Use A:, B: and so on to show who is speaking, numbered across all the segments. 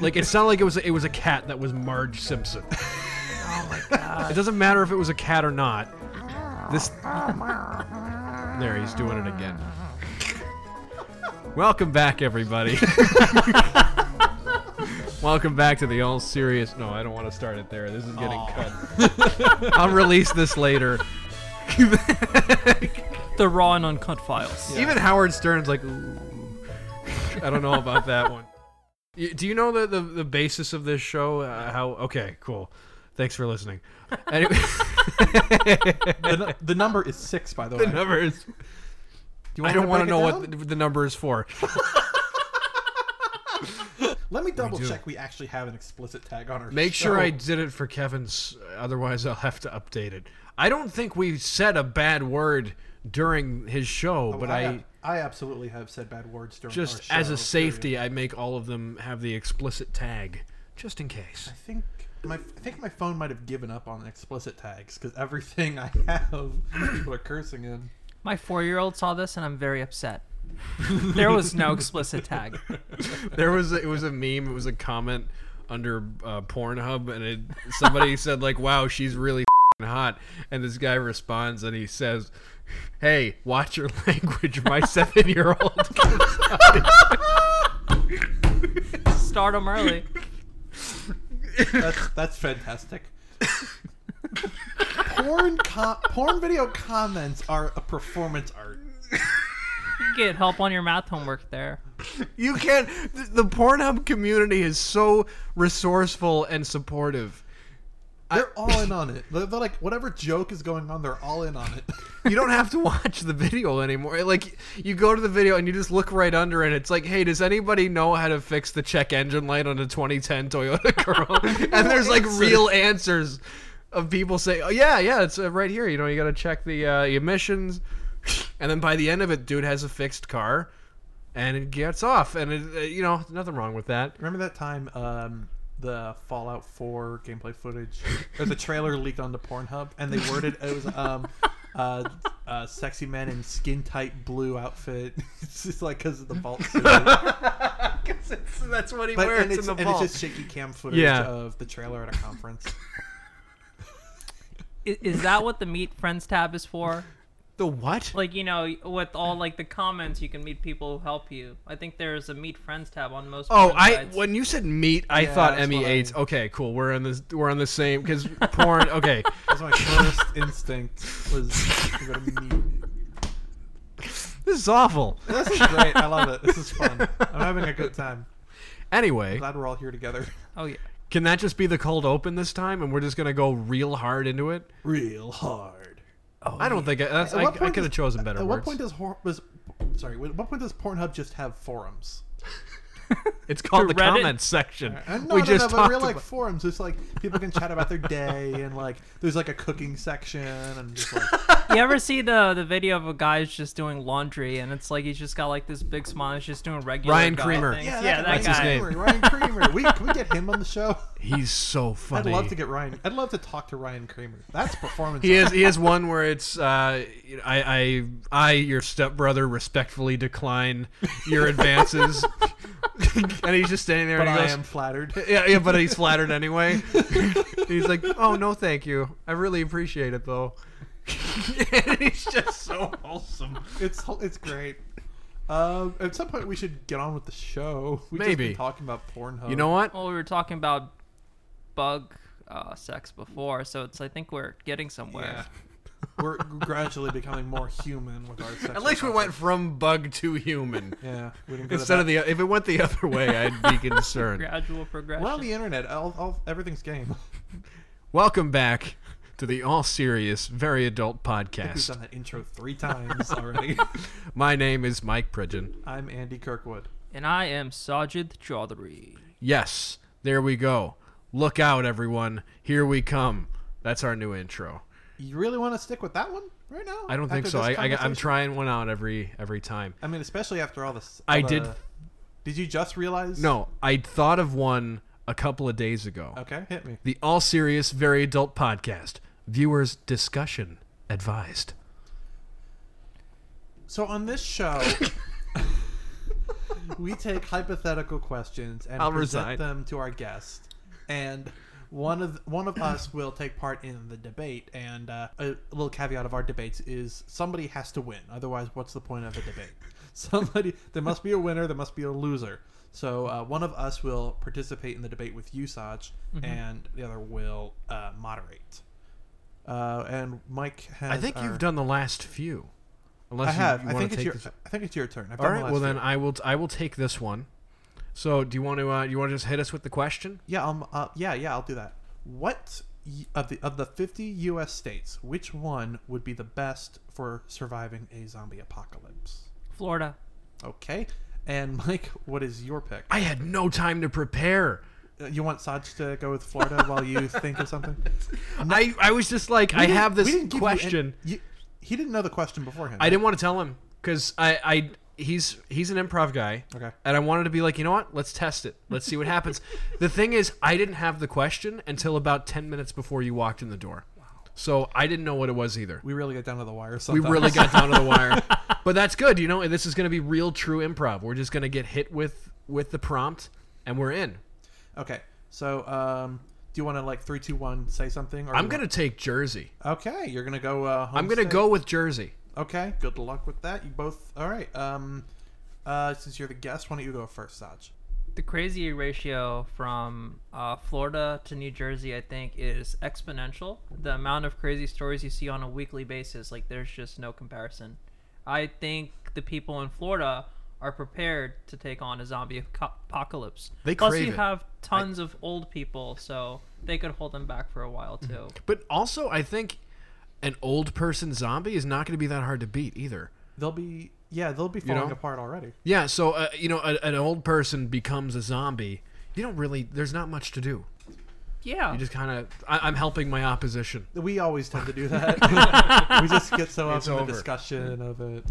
A: Like it sounded like it was it was a cat that was Marge Simpson. oh my god! It doesn't matter if it was a cat or not. This there he's doing it again. Welcome back, everybody. Welcome back to the all serious. No, I don't want to start it there. This is getting cut. I'll release this later.
B: The raw and uncut files.
A: Even Howard Stern's like, ooh. I don't know about that one. Y- Do you know the, the, the basis of this show? Uh, how? Okay, cool. Thanks for listening. Anyway,
C: The, nu- the number is six, by the,
A: the
C: way.
A: number is.
C: Do you
A: I don't want
C: want me
A: to know
C: to break it
A: what
C: down?
A: the, the number is for.
C: Let me double
A: do.
C: check. We actually have an explicit tag on our.
A: Make sure
C: show.
A: I did it for Kevin's. uh, Otherwise, I'll have to update it. I don't think we said a bad word during his show, but I,
C: ab- Oh, I absolutely have said bad words during our
A: just
C: show,
A: as a
C: period.
A: safety, I make all of them have the explicit tag, just in case.
C: I think my I think my phone might have given up on explicit tags because everything I have people are cursing in.
B: My four-year-old saw this and I'm very upset. there was no explicit tag.
A: There was a, it was a meme. It was a comment under uh, Pornhub, and it somebody said like, "Wow, she's really f***ing hot," and this guy responds and he says, "Hey, watch your language. My seven-year-old."
B: Start 'em early.
C: That's that's fantastic. porn com- porn video comments are a performance art.
B: You get help on your math homework there.
A: You can't. th- The Pornhub community is so resourceful and supportive.
C: They're all in on it. They're, they're like whatever joke is going on, they're all in on it.
A: You don't have to watch the video anymore. Like you go to the video and you just look right under, and it's like, "Hey, does anybody know how to fix the check engine light on a 2010 Toyota Corolla?" and there's like real answers of people say, "Oh yeah, yeah, it's uh, right here. You know, you got to check the uh, emissions." And then by the end of it, dude has a fixed car, and it gets off, and it, uh, you know, nothing wrong with that.
C: Remember that time um, the Fallout 4 gameplay footage, or the trailer leaked onto Pornhub, and they worded it was um, uh, uh, sexy man in skin tight blue outfit. it's just like because of the vault. suit. But,
A: 'Cause it's- that's what he wears
C: and, it's,
A: in the
C: and it's
A: vault.
C: just shaky cam footage
A: Yeah.
C: of the trailer at a conference.
B: I- Is that what the meet friends tab is for?
A: the what?
B: Like you know, with all like the comments, you can meet people who help you. I think there's a meet friends tab on most.
A: Oh,
B: porn
A: I
B: sites.
A: when you said meat, I
C: Yeah,
A: thought
C: that's
A: me
C: what I-
A: AIDS. Okay, cool. We're on this. We're on the same because porn. Okay,
C: That was my first instinct was to go to meet.
A: this is awful.
C: This is great. I love it. This is fun. I'm having a good time.
A: Anyway,
C: Glad we're all here together.
B: Oh yeah.
A: can that just be the cold open this time, and we're just gonna go real hard into it?
C: Real hard.
A: I don't think I, that's,
C: Oh, At
A: I,
C: what
A: I
C: point
A: could have
C: does-
A: chosen better
C: At
A: words.
C: what point does hor- was sorry? At what point does Pornhub just have forums? Uh,
A: it's called the
B: Reddit?
A: comments section.
C: And
A: we just
C: but
A: talked
C: real like
A: about-
C: forums. It's like people can chat about their day and like there's like a cooking section and just like
B: You ever see the the video of a guy's just doing laundry and it's like he's just got like this big smile. He's just doing regular.
A: Ryan
B: guy
A: Creamer.
B: things.
C: yeah,
B: Yeah,
C: that,
B: that,
C: Ryan
A: his
B: guy.
A: name.
C: Creamer, Ryan Creamer. We can we get him on the show?
A: He's so funny.
C: I'd love to get Ryan. I'd love to talk to Ryan Creamer. That's performance.
A: He is. He is one where it's. Uh, I. I. I. Your stepbrother respectfully decline your advances, and he's just standing there.
C: but
A: and he
C: I
A: goes,
C: am flattered.
A: Yeah, yeah, but he's flattered anyway. he's like, "Oh no, thank you. I really appreciate it, though." and he's just so wholesome.
C: It's it's great. Um, at some point we should get on with the show. We've just
A: Maybe.
C: been talking about Pornhub.
A: You know what?
B: Well, we were talking about bug uh, sex before, so it's I think we're getting somewhere.
C: Yeah. We're gradually becoming more human with our.
A: At
C: sexual
A: least we went from bug to human
C: Yeah, we didn't go to
A: instead of
C: that.
A: the. If it went the other way, I'd be concerned.
B: Gradual progression.
C: We're on the internet. All, all, everything's game.
A: Welcome back to the all serious, very adult
C: We've
A: podcast.
C: done that intro three times already.
A: My name is Mike Pridgeon.
C: I'm Andy Kirkwood.
B: and I am Sajid Chaudhry.
A: Yes, there we go. Look out, everyone! Here we come. That's our new intro.
C: You really want to stick with that one right now?
A: I don't think
C: After
A: so. I,
C: this
A: I, I'm
C: conversation?
A: trying one out every every time.
C: I mean, especially after all this.
A: I
C: all
A: did-
C: the- Did you just realize?
A: No, I thought of one a couple of days ago.
C: Okay, hit me.
A: The All Serious Very Adult Podcast. Viewers discussion advised.
C: So on this show, we take hypothetical questions and
A: I'll
C: present
A: resign.
C: them to our guest, and one of one of us will take part in the debate. And uh, a little caveat of our debates is somebody has to win, otherwise, what's the point of a debate? Somebody there must be a winner, there must be a loser. So uh, one of us will participate in the debate with you, Saj,
A: Mm-hmm.
C: and the other will uh, moderate. Uh, and Mike has.
A: I think
C: our-
A: you've done the last few. Unless
C: I have.
A: You, you
C: I
A: wanna
C: think it's
A: take
C: your.
A: This...
C: I think it's your turn. I've
A: All
C: done the
A: right.
C: last
A: Well, then
C: few.
A: I will. I will take this one. So, do you want to? Uh, do you want to just hit us with the question?
C: Yeah, um, uh, yeah, yeah. I'll do that. What y- of the of the fifty U.S. states, which one would be the best for surviving a zombie apocalypse?
B: Florida.
C: Okay. And Mike, what is your pick?
A: I had no time to prepare.
C: Uh, You want Saj to go with Florida while you think of something?
A: I, I was just like, I
C: We didn't-
A: have
C: we
A: this
C: didn't give you an-
A: question.
C: you- he didn't know the question beforehand.
A: I didn't want to tell him because I, I he's he's an improv guy.
C: Okay.
A: And I wanted to be like, you know what? Let's test it. Let's see what happens. the thing is, I didn't have the question until about ten minutes before you walked in the door. So I didn't know what it was either.
C: We really get down to the wire.
A: We
C: Sometimes.
A: really got down to the wire, but that's good. You know, and this is going to be real, true improv. We're just going to get hit with with the prompt, and we're in.
C: Okay. So, um, do you want to like three, two, one, say something? Or
A: I'm
C: you
A: gonna take Jersey.
C: want- Okay, you're gonna go. Uh, home
A: I'm gonna
C: state?
A: go with Jersey.
C: Okay, good luck with that. You both. All right. Um, uh, since you're the guest, why don't you go first, Saj?
B: The crazy ratio from uh, Florida to New Jersey, I think, is exponential. The amount of crazy stories you see on a weekly basis, like, there's just no comparison. I think the people in Florida are prepared to take on a zombie aco- apocalypse.
A: They
B: Plus,
A: crave
B: you
A: it.
B: have tons of old people, so they could hold them back for a while too.
A: But also, I think an old person zombie is not going to be that hard to beat either.
C: They'll be. Yeah, they'll be falling
A: know?
C: apart already.
A: Yeah, so uh, you know, a, an old person becomes a zombie. You don't really. There's not much to do.
B: Yeah.
A: You just kind of. I'm helping my opposition.
C: We always tend to do that. we just get so up
A: It's
C: in the
A: over.
C: discussion of it.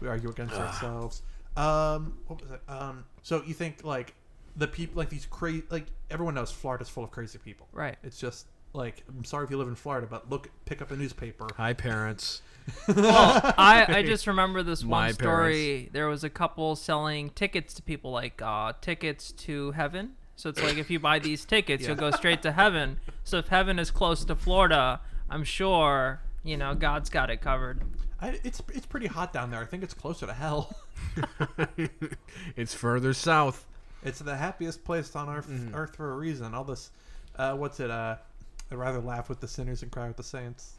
C: We argue against ourselves. Um, what was it? Um, so you think like the people, like these crazy, like everyone knows Florida's full of crazy people.
B: right.
C: It's just like I'm sorry if you live in Florida, but look, pick up a newspaper.
A: Hi, parents.
B: well, I, I just remember this
A: My
B: one story. There was a couple selling tickets to people, like uh, tickets to heaven. So it's like if you buy these tickets, you'll go straight to heaven. So if heaven is close to Florida, I'm sure you know God's got it covered.
C: I, it's it's pretty hot down there. I think it's closer to hell.
A: it's further south.
C: It's the happiest place on earth,
A: Mm-hmm.
C: earth for a reason. All this, uh, what's it? Uh, I'd rather laugh with the sinners and cry with the saints.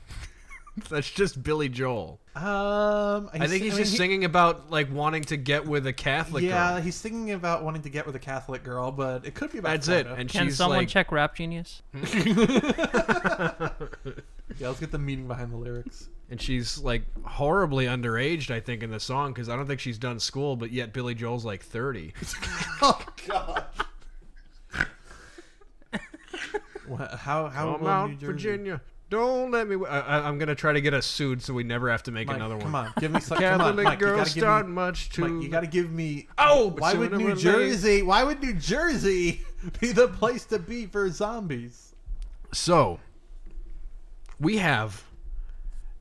A: That's just Billy Joel.
C: Um,
A: I think he's
C: mean,
A: just
C: he-
A: singing about like wanting to get with a Catholic
C: Yeah,
A: girl.
C: he's singing about wanting to get with a Catholic girl, but it could be about.
A: That's it.
C: Florida.
A: And
B: Can
A: she's
B: someone
A: like,
B: check Rap Genius?
C: yeah, let's get the meaning behind the lyrics.
A: and she's like horribly underaged, I think, in the song because I don't think she's done school, but yet Billy Joel's like 30.
C: oh God. Wha- how how
A: Come
C: will
A: out,
C: New Jersey?
A: Virginia. Don't let me. W- I, I, I'm gonna try to get us sued so we never have to make
C: Mike,
A: another one.
C: Come on, give me some. come on,
A: Catholic
C: Mike, you
A: girls
C: gotta give
A: start
C: me,
A: much too.
C: Mike, you got to give me.
A: Oh, but
C: why
A: sooner
C: would
A: or
C: New
A: later-
C: Jersey? Why would New Jersey be the place to be for zombies?
A: So, we have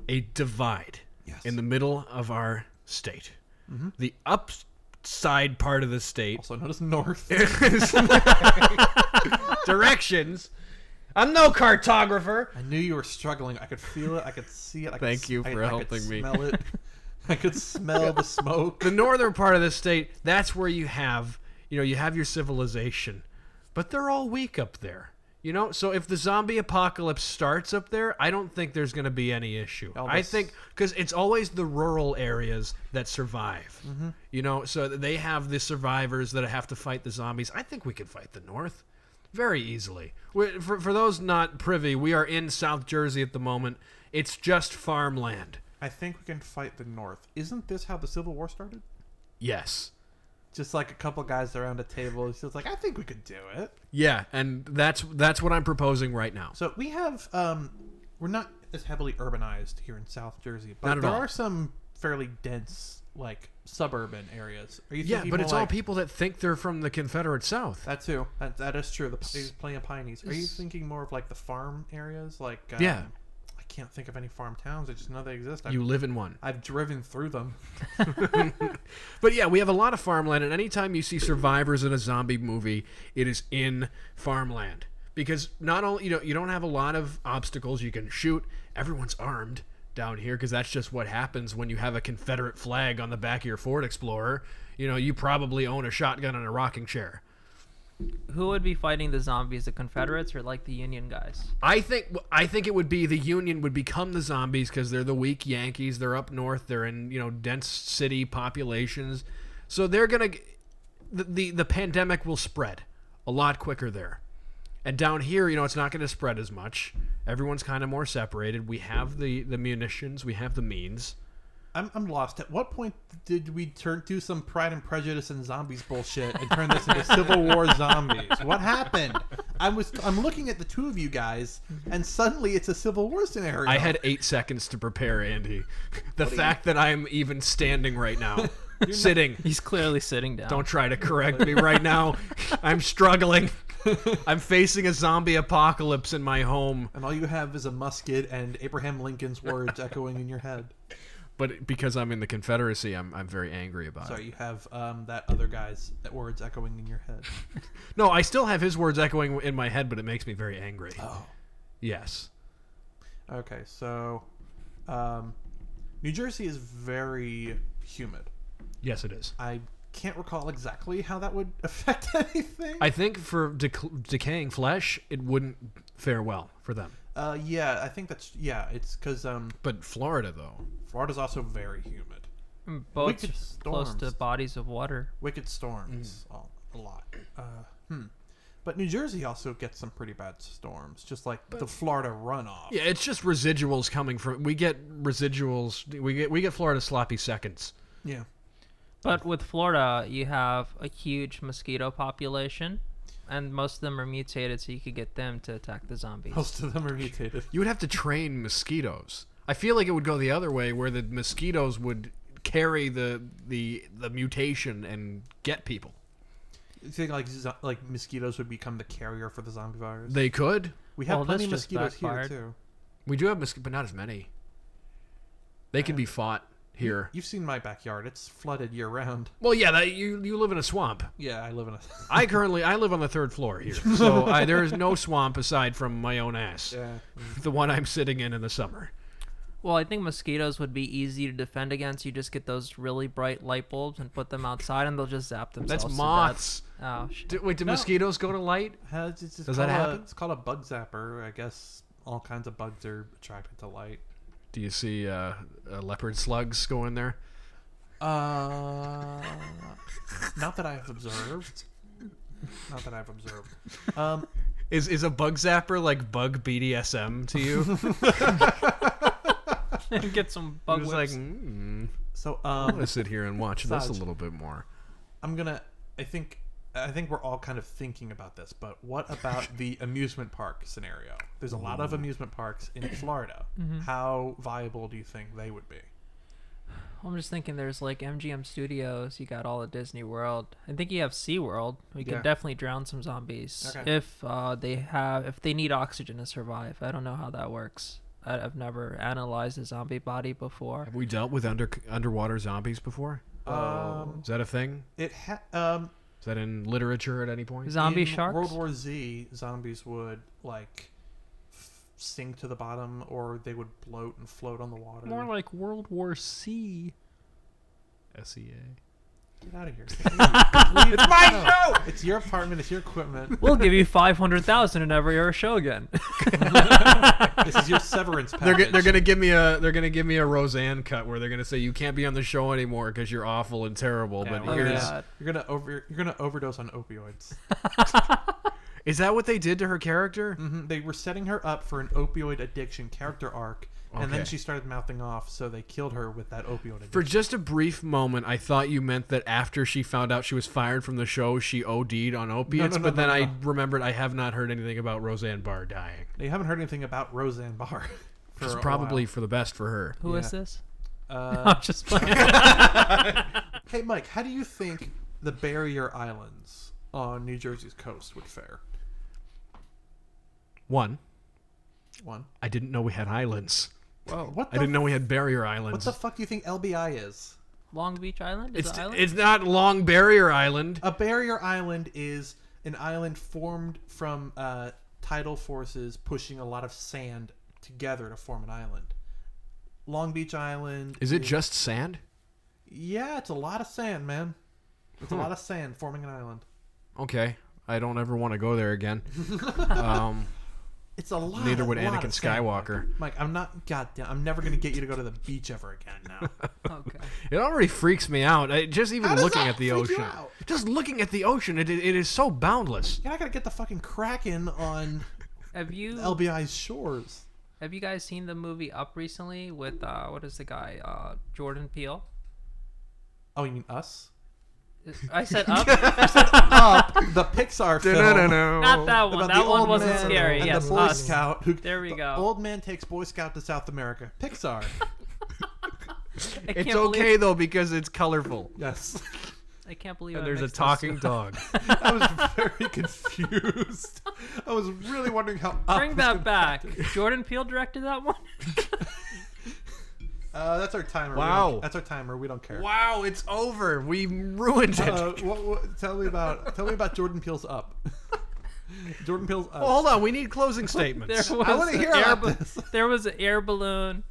A: a divide
C: Yes.
A: in the middle of our state.
C: Mm-hmm.
A: The upside part of the state
C: Also known as North.
A: is directions. I'm no cartographer.
C: I knew you were struggling. I could feel it. I could see it. I could,
A: Thank
C: s-
A: you
C: I-
A: for
C: I could
A: helping me.
C: Smell it. I could smell the smoke.
A: The northern part of the state, that's where you have, you know, you have your civilization. But they're all weak up there. You know, so if the zombie apocalypse starts up there, I don't think there's going to be any issue.
C: All
A: I
C: this-
A: think because it's always the rural areas that survive. You know, so th- they have the survivors that have to fight the zombies. I think we could fight the North very easily. we for, for those not privy, we are in South Jersey at the moment. It's just farmland.
C: I think we can fight the North. Isn't this how the Civil War started?
A: Yes.
C: Just like a couple guys around a table. It's just like, I think we could do it.
A: Yeah, and that's that's what I'm proposing right now.
C: So we have, um, we're not as heavily urbanized here in South Jersey,
A: Not
C: but
A: at
C: there
A: all.
C: are some fairly dense, like suburban areas. Are you?
A: Yeah,
C: thinking
A: but
C: more
A: it's all
C: like-
A: people that think they're from the Confederate South.
C: That too. That, that is true. The there's plenty of Pineys. Are you thinking more of like the farm areas, like um,
A: Yeah.
C: I can't can't think of any farm towns. I just know they exist. I've,
A: You live in one.
C: I've driven through them.
A: But yeah, we have a lot of farmland, and anytime you see survivors in a zombie movie, it is in farmland because not only you know you don't have a lot of obstacles you can shoot. Everyone's armed down here because that's just what happens when you have a Confederate flag on the back of your Ford Explorer. You know, you probably own a shotgun and a rocking chair.
B: Who would be fighting the zombies, the Confederates or like the Union guys?
A: I think I think it would be the Union would become the zombies because they're the weak Yankees. They're up north. They're in you know dense city populations, so they're gonna g- the the, the pandemic will spread a lot quicker there. And down here, you know, it's not going to spread as much. Everyone's kind of more separated. We have the the munitions. We have the means.
C: I'm, I'm lost. At what point did we turn do some Pride and Prejudice and zombies bullshit and turn this into Civil War zombies? What happened? I was I'm looking at the two of you guys, and suddenly it's a Civil War scenario.
A: I had eight seconds to prepare, Andy. The fact that I'm even standing right now, sitting.
B: He's clearly sitting down.
A: Don't try to correct me right now. I'm struggling. I'm facing a zombie apocalypse in my home,
C: and all you have is a musket and Abraham Lincoln's words echoing in your head.
A: but because I'm in the Confederacy, I'm, I'm very angry about
C: Sorry,
A: it.
C: you have um, that other guy's words echoing in your head.
A: No, I still have his words echoing in my head, but it makes me very angry.
C: Oh.
A: Yes.
C: Okay, so um, New Jersey is very humid.
A: Yes, it is.
C: I can't recall exactly how that would affect anything.
A: I think for dec- decaying flesh, it wouldn't fare well for them.
C: Uh, yeah, I think that's yeah. It's because um,
A: But Florida, though.
C: Florida's also very humid.
B: Boats
C: Wicked
B: close to
C: storms.
B: bodies of water.
C: Wicked storms, all, a lot. Uh, hmm. But New Jersey also gets some pretty bad storms, just like the Florida runoff.
A: Yeah, it's just residuals coming from. We get residuals. We get we get Florida sloppy seconds.
C: yeah.
B: But with Florida, you have a huge mosquito population, and most of them are mutated, so you could get them to attack the zombies.
C: Most of them are mutated.
A: You would have to train mosquitoes. I feel like it would go the other way, where the mosquitoes would carry the the the mutation and get people.
C: You think like zo- like mosquitoes would become the carrier for the zombie virus?
A: They could.
C: We have
B: Well,
C: plenty of
B: this just
C: mosquitoes
B: backfired.
C: here too.
A: We do have mosquitoes, but not as many. They can be fought here.
C: You've seen my backyard; it's flooded year round.
A: Well, yeah, that, you you live in a swamp.
C: Yeah, I live in a.
A: I currently I live on the third floor here, so I, there is no swamp aside from my own ass,
C: yeah.
A: the one I'm sitting in in the summer.
B: Well, I think mosquitoes would be easy to defend against. You just get those really bright light bulbs and put them outside, and they'll just zap themselves.
A: That's
B: to death.
A: moths.
B: Oh shit!
A: Do, wait, do
C: No.
A: mosquitoes go to light?
C: How- Uh, it's- it's
A: Does that
C: called a-
A: happen?
C: it's called a bug zapper. I guess all kinds of bugs are attracted to light.
A: Do you see uh, uh, leopard slugs go in there?
C: Uh, not that I've observed. Not that I've observed. Um,
A: Is is a bug zapper like bug BDSM to you?
B: get some
A: I
B: bug
A: was like,
B: whips.
A: mm,
C: so
A: I'm gonna
C: um,
A: sit here and watch this a
C: Such.
A: little bit more.
C: I'm gonna. I think. I think we're all kind of thinking about this, but what about the amusement park scenario? There's a lot of amusement parks in Florida.
B: Mm-hmm.
C: How viable do you think they would be?
B: I'm just thinking there's like MGM Studios, you got all of Disney World. I think you have SeaWorld. We
C: Yeah.
B: could definitely drown some zombies
C: Okay.
B: if uh, they have if they need oxygen to survive. I don't know how that works. I, I've never analyzed a zombie body before.
A: Have we dealt with under underwater zombies before?
C: Um,
A: Is that a thing?
C: it ha- um,
A: Is that in literature at any point?
B: Zombie
C: in
B: sharks.
C: World War Z, zombies would like f- sink to the bottom, or they would bloat and float on the water.
A: like World War C. S E A.
C: Get out of here! it's my show. It's your apartment. It's your equipment.
B: we'll give you five hundred thousand and never air a show again.
C: This is your severance
A: They're,
C: package.
A: g- they're gonna give me a they're gonna give me a Roseanne cut where they're gonna say you can't be on the show anymore because you're awful and terrible.
C: Yeah,
A: but
C: we're
A: here's
B: gonna-
C: gonna, you're gonna over. You're gonna overdose on opioids.
A: is that what they did to her character?
C: hmm They were setting her up for an opioid addiction character arc, and then
A: Okay.
C: she started mouthing off. So they killed her with that opioid addiction.
A: For just a brief moment, I thought you meant that after she found out she was fired from the show, she OD'd on opiates.
C: no,
A: but
C: no,
A: then
C: no,
A: I
C: no.
A: remembered I have not heard anything about Roseanne Barr dying.
C: They haven't heard anything about Roseanne Barr. For
A: It's
C: a
A: probably for the best for her.
B: Who is
C: Yeah.
B: this?
C: while. Uh,
B: I'm just playing.
C: Hey, Mike, how do you think the barrier islands on New Jersey's coast would fare?
A: One,
C: One.
A: I didn't know we had islands.
B: Whoa.
C: What
A: I
C: the,
A: didn't know we had barrier
C: what
A: islands.
C: the fuck do you think LBI is?
B: Long Beach Island is
A: it's
B: an island.
A: it's not Long Barrier Island.
C: A barrier island is an island formed from uh, tidal forces pushing a lot of sand together to form an island. Long Beach Island.
A: Is it just sand?
C: Yeah, it's a lot of sand, man. It's a lot of sand forming an island.
A: Okay, I don't ever want to go there again. um,
C: It's a lot.
A: neither would
C: a lot
A: Anakin
C: of sand.
A: Skywalker.
C: Mike, I'm not. Goddamn, I'm never gonna get you to go to the beach ever again. Now.
B: Oh, God.
A: It already freaks me out. I, just even
C: How does
A: looking
C: that
A: at the
C: freak you
A: ocean.
C: out?
A: Just looking at the ocean, it, it is so boundless.
C: You're not gonna get the fucking kraken on
B: Have you
C: LBI's shores.
B: have you guys seen the movie Up recently with uh, what is the guy uh, Jordan Peele?
C: Oh, you mean us?
B: I said Up,
C: Up, the Pixar film.
B: not that one.
C: about
B: That
C: the
B: one
C: old
B: wasn't
C: man
B: scary.
C: and
B: Yes,
C: the Boy
B: us.
C: Scout. Who,
B: There we
C: the
B: go.
C: Old man takes Boy Scout to South America. Pixar.
B: I can't
A: It's
B: believe-
A: okay though because it's colorful.
C: yes.
B: I can't believe.
C: Uh,
A: And
B: I
A: there's a
B: mixed those
A: talking
B: two.
A: dog.
C: I was very confused. I was really wondering how. Up
B: Bring
C: was
B: that
C: gonna-
B: back. Jordan Peele directed that one.
C: Uh, that's our timer. We
A: Wow.
C: don't- That's our timer. We don't care.
A: wow, it's over. We ruined it.
C: Uh, what, what, tell me about tell me about Jordan Peele's Up. Jordan Peele's Up.
A: well, hold on, we need closing
B: There
A: statements.
B: was
C: I want
B: a
C: to hear
B: air
C: about
B: bal-
C: this.
B: There was an air balloon,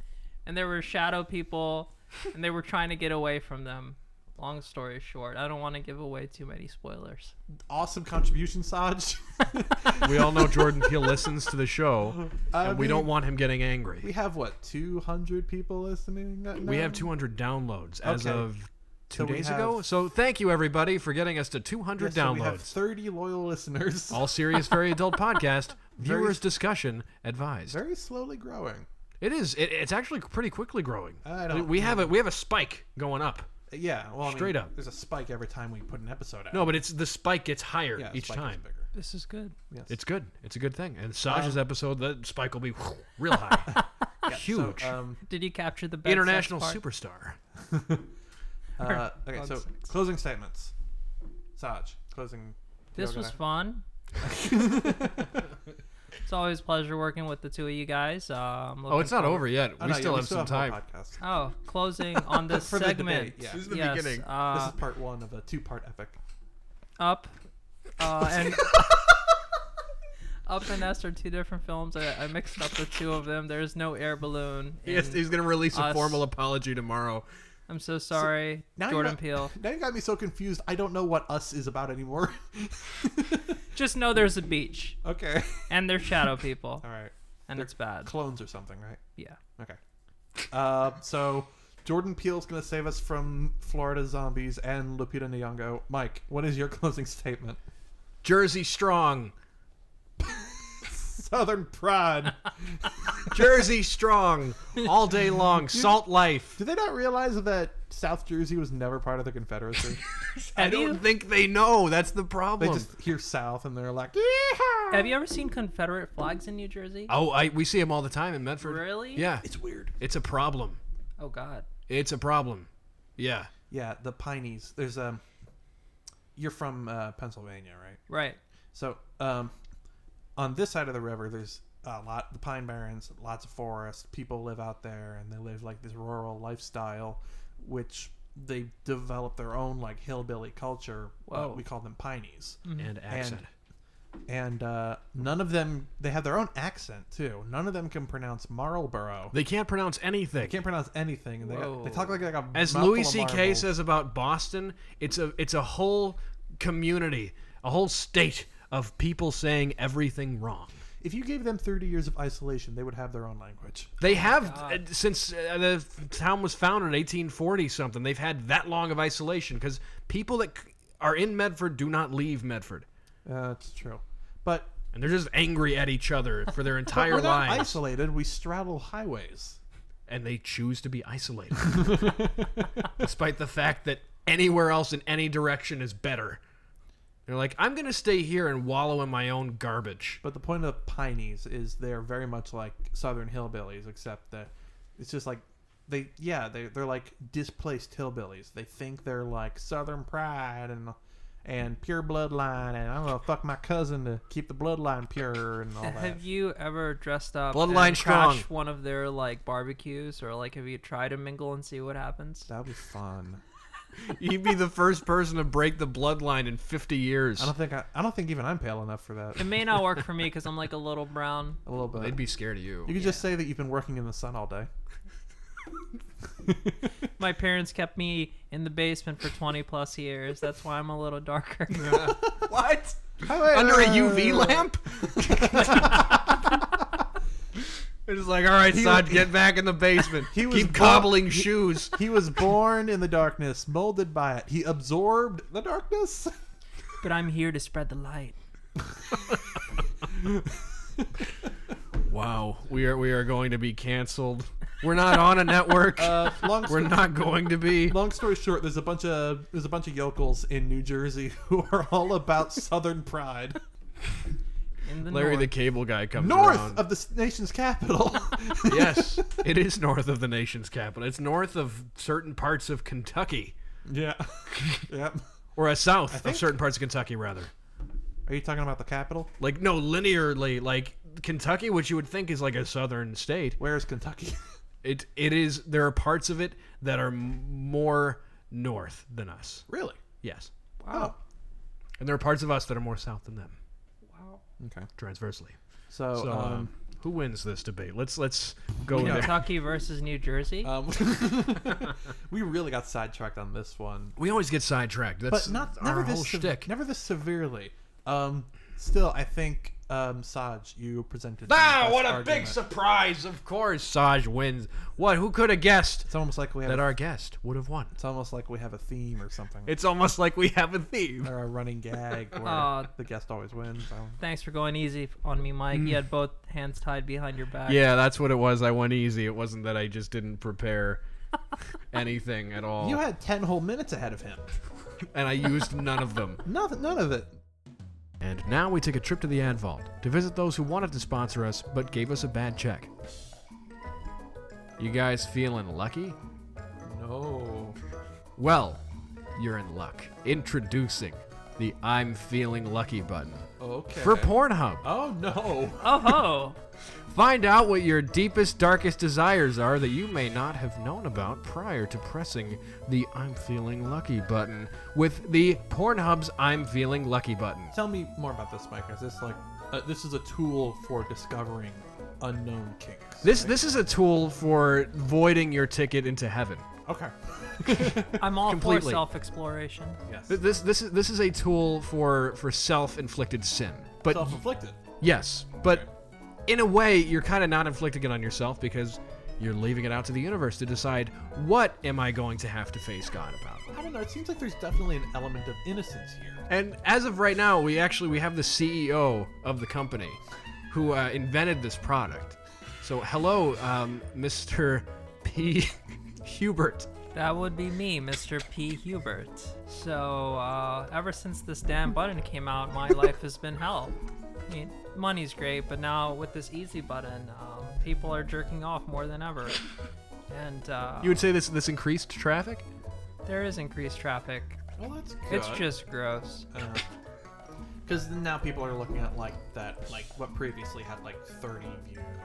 B: and there were shadow people, and they were trying to get away from them. Long story short, I don't want to give away too many spoilers.
C: Awesome contribution, Saj.
A: we all know Jordan Peele listens to the show,
C: I
A: and we
C: mean,
A: don't want him getting angry.
C: We have what 200 people listening. Now?
A: We have 200 downloads as
C: Okay.
A: of two
C: So we
A: days ago.
C: have-
A: So thank you everybody for getting us to 200
C: Yes, so We have
A: downloads.
C: 30 loyal listeners.
A: All serious, very adult podcast.
C: Very-
A: Viewers discussion advised.
C: Very slowly growing.
A: it is. It, it's actually pretty quickly growing.
C: I don't
A: we have a we have a spike going up.
C: Yeah, well, I mean,
A: Straight up.
C: There's a spike every time we put an episode out.
A: No, but it's the spike gets higher
C: yeah, the
A: each
C: spike gets
A: time.
C: bigger.
B: This is good.
C: Yes.
A: It's good. It's a good thing. And Saj's episode, the spike will be whew, real high.
C: So,
A: Huge.
C: um,
B: Did you capture the best
A: International
B: sex part?
A: superstar.
C: uh, okay, so
B: Nonsense.
C: closing statements. Saj, closing.
B: This
C: you're
B: was
C: gonna-
B: fun. it's always a pleasure working with the two of you guys. Uh, I'm
A: Oh, it's
B: looking
A: not over yet.
C: Oh,
A: we
C: no, yeah,
A: still have some
C: more
A: time.
C: podcast.
B: Oh, closing on this
C: For the
B: segment.
C: debate, yeah. This
A: is the
B: yes,
A: beginning.
B: uh,
C: this is part one of a two-part epic.
B: Up, uh, and Up and S are two different films. I, I mixed up the two of them. There's no air balloon.
A: Yes,
B: and
A: he's going to release a
B: us.
A: formal apology tomorrow.
B: I'm so sorry,
C: now you
B: Jordan
C: got-
B: Peele.
C: Now you got me so confused. I don't know what us is about anymore.
B: Just know there's a beach
C: okay.
B: and there's shadow people,
C: All right.
B: and it's bad.
C: Clones or something, right?
B: Yeah.
C: Okay. Uh, so Jordan Peele's gonna save us from Florida zombies and Lupita Nyong'o. Mike, what is your closing statement?
A: Jersey strong.
C: Southern pride.
A: Jersey strong. All day long. Salt life.
C: Do they not realize that South Jersey was never part of the Confederacy?
A: I
B: Have you-
A: don't think they know. That's the
C: they
A: problem.
C: just hear South and they're like,
B: Have you ever seen Confederate flags in New Jersey?
A: Oh, I we see him all the time in Medford.
B: Really?
A: Yeah.
C: it's weird.
A: It's a problem.
B: Oh God.
A: It's a problem. Yeah.
C: Yeah, the Pineys. There's um, you're from uh, Pennsylvania, right?
B: Right.
C: So um, on this side of the river, there's a lot the Pine Barrens, lots of forest. People live out there, and they live like this rural lifestyle, which they develop their own like hillbilly culture.
B: Whoa.
C: Uh, we call them Pineys.
A: And accent.
C: and uh, none of them they have their own accent too. None of them can pronounce Marlboro. They
A: they can't pronounce anything.
C: can't pronounce anything, and they, got- they talk like they got
A: As
C: mouthful
A: Louis
C: of
A: C.K.
C: marbles.
A: says about Boston, it's a it's a whole community, a whole state of people saying everything wrong.
C: If you gave them thirty years of isolation, they would have their own language.
A: They have uh, since uh, the town was founded in 1840 something. They've had that long of isolation because people that c- are in Medford do not leave Medford,
C: Uh, That's true, but
A: and they're just angry at each other for their entire
C: we're not
A: lives,
C: isolated. We straddle highways.
A: and they choose to be isolated, despite the fact that anywhere else in any direction is better. They're like, I'm gonna stay here and wallow in my own garbage.
C: But the point of the Pineys is they're very much like Southern hillbillies, except that it's just like they, yeah, they they're like displaced hillbillies. They think they're like Southern pride and and pure bloodline, and I'm gonna fuck my cousin to keep the bloodline pure and all that.
B: Have you ever dressed up
A: Uh, Bloodline
B: and
A: strong.
B: crashed one of their like barbecues or like have you tried to mingle and see what happens?
C: That'd be fun.
A: You'd be the first person to break the bloodline in 50 years.
C: I don't think I, I don't think even I'm pale enough for that.
B: It may not work for me because I'm like a little brown.
C: A little bit.
A: They'd be scared of
C: you
A: you.
C: could just say that you've been working in the sun all day.
B: My parents kept me in the basement for 20 plus years. That's why I'm a little darker.
A: What? Under a UV lamp? it's like, all right,
C: He-
A: son, get back in the basement.
C: He was
A: Keep
C: bo-
A: cobbling shoes.
C: He was born in the darkness, molded by it. He absorbed the darkness.
B: but I'm here to spread the light.
A: Wow, we are we are going to be canceled. We're not on a network.
C: Uh, long
A: We're
C: story,
A: not going to be.
C: long story short, there's a bunch of there's a bunch of yokels in New Jersey who are all about Southern pride.
B: In the
A: Larry the
B: north.
A: Cable Guy comes
C: North
A: around.
C: of the s- nation's capital.
A: yes, it is north of the nation's capital. It's north of certain parts of Kentucky,
C: yeah. yep.
A: or uh, south
C: think-
A: of certain parts of Kentucky, rather.
C: Are you talking about the capital?
A: Like no, linearly, like Kentucky, which you would think is like a southern state.
C: Where is Kentucky?
A: It it is. There are parts of it that are m- more north than us.
C: really?
A: Yes,
C: Wow.
A: and there are parts of us that are more south than them,
B: Wow.
C: Okay.
A: transversely.
C: So,
A: So, um,
C: um,
A: who wins this debate? Let's let's go there.
B: Kentucky versus New Jersey.
A: Uh,
C: um, we really got sidetracked on this one.
A: We always get sidetracked. That's
C: but not
A: our
C: never
A: whole
C: this sev-
A: shtick.
C: never this severely. Um, still, I think um, Saj, you presented.
A: Ah,
C: the
A: what a
C: best
A: big
C: argument.
A: surprise! Of course, Saj wins. What? Who could have guessed
C: It's almost like we have.
A: that our guest would have won?
C: it's almost like we have a theme or something.
A: It's almost like we have a theme.
C: or a running gag where
B: Aw.
C: the guest always wins. I don't-
B: Thanks for going easy on me, Mike. You had both hands tied behind your back.
A: Mm. Yeah, that's what it was. I went easy. It wasn't that I just didn't prepare anything at all,
C: You had ten whole minutes ahead of him.
A: and I used none of them.
C: Nothing, none of it.
A: And now we take a trip to the ad vault to visit those who wanted to sponsor us but gave us a bad check. You guys feeling lucky?
C: No.
A: Well, you're in luck. Introducing the I'm feeling lucky button
C: Okay.
A: for Pornhub.
C: oh no.
B: Oh ho!
A: Find out what your deepest, darkest desires are that you may not have known about prior to pressing the I'm feeling lucky button with the Pornhub's I'm feeling lucky button.
C: Tell me more about this, Mike. Is this like uh, this is a tool for discovering unknown kinks?
A: This this is a tool for voiding your ticket into heaven.
C: okay.
B: I'm all for
A: Completely.
B: self-exploration.
C: Yes.
A: Th- This this is this is a tool for for self-inflicted sin. But
C: Self-inflicted.
A: yes, but in a way you're kind of not inflicting it on yourself because you're leaving it out to the universe to decide what am I going to have to face God about.
C: I don't know. It seems like there's definitely an element of innocence here.
A: And as of right now, we actually we have the CEO of the company who uh, invented this product. So hello, um, Mr. P. Hubert.
B: That would be me, Mr. P. Hubert. So, uh, ever since this damn button came out, my life has been hell. I mean, money's great, but now with this easy button, um, people are jerking off more than ever. And uh,
A: You would say this this increased traffic?
B: there is increased traffic.
C: Well, that's good.
B: It's just gross.
C: Because Uh, now people are looking at like that, like what previously had like 30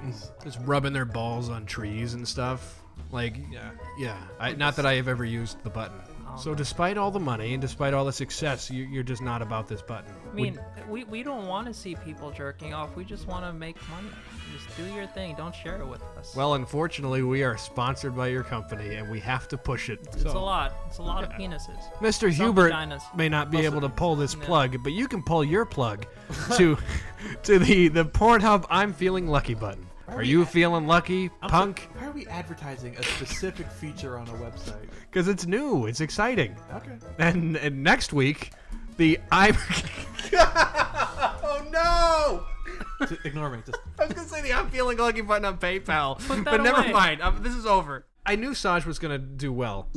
C: views.
A: Just rubbing their balls on trees and stuff. Like
C: Yeah.
A: yeah, I, not that I have ever used the button.
B: Oh,
A: So despite all the money and despite all the success, you, you're just not about this button.
B: I mean, we, we don't want to see people jerking off. We just want to make money. Just do your thing. Don't share it with us.
A: Well, unfortunately, we are sponsored by your company and we have to push it.
B: it's a lot. It's a lot of penises.
A: Mr.
B: Some
A: Hubert
B: vaginas.
A: may not be able to pull this
B: No.
A: plug, but you can pull your plug to to the the Pornhub I'm feeling lucky button. Are
C: we
A: you
C: at-
A: feeling lucky, punk?
C: Why are we advertising a specific feature on a website?
A: Because it's new, it's exciting.
C: Okay.
A: And and next week, the I'm Oh no!
C: ignore me. Just
A: I was gonna say the I'm feeling lucky button on PayPal, but
B: that
A: never
B: away.
A: mind. Um, this is over. I knew Saj was gonna do well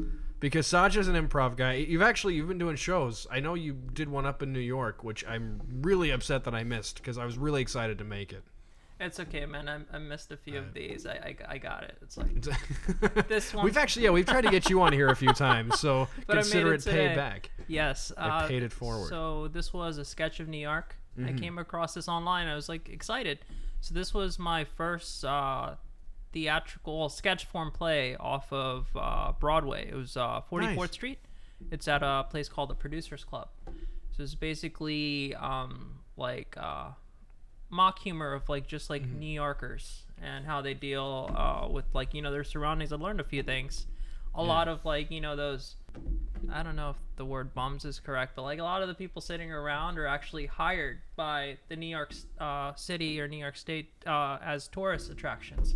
A: because Saj is an improv guy. You've actually you've been doing shows. I know you did one up in New York, which I'm really upset that I missed because I was really excited to make it.
B: It's okay, man. I, I missed a few of these. I, I, I got it. It's like, This one-
A: We've actually, yeah, we've tried to get you on here a few times, so
B: But I made
A: consider
B: it
A: it, paid
B: today.
A: back.
B: yes. Uh,
A: paid it forward. Mm-hmm.
B: So this was a sketch of New York. I came across this online. I was like excited. So this was my first uh, theatrical sketch form play off of uh, Broadway. It was uh, 44th
C: Nice.
B: Street. It's at a place called the Producers Club. So it's basically um, like uh, mock humor of like just like
A: Mm-hmm.
B: New Yorkers and how they deal uh, with like you know their surroundings. I learned a few things. A lot of like you know those. I don't know if the word bums is correct, but like a lot of the people sitting around are actually hired by the New York uh, City or New York State uh, as tourist attractions.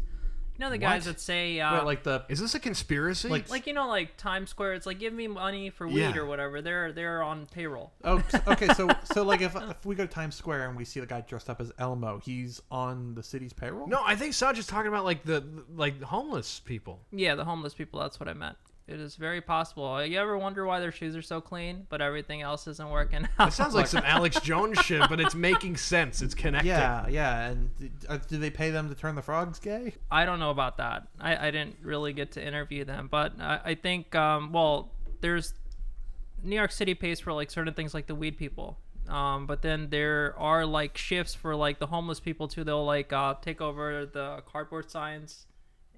B: You know the guys
A: What?
B: that say uh,
C: But like the
A: Is this a conspiracy?
C: Like-
B: like you know like Times Square. It's like give me money for weed
A: Yeah.
B: or whatever. They're they're on payroll.
C: oh s- okay, so so like if if we go to Times Square and we see the guy dressed up as Elmo, he's on the city's payroll.
A: no, I think Saj is talking about like the like homeless people.
B: Yeah, the homeless people. That's what I meant. It is very possible. You ever wonder why their shoes are so clean, but everything else isn't working out?
A: It sounds like some Alex Jones shit, but it's making sense. It's connecting.
C: Yeah, yeah, and d- uh, do they pay them to turn the frogs gay?
B: I don't know about that. I, I didn't really get to interview them, but I, I think um, well, there's New York City pays for like certain things like the weed people. Um, but then there are like shifts for like the homeless people too. They'll like uh, take over the cardboard signs,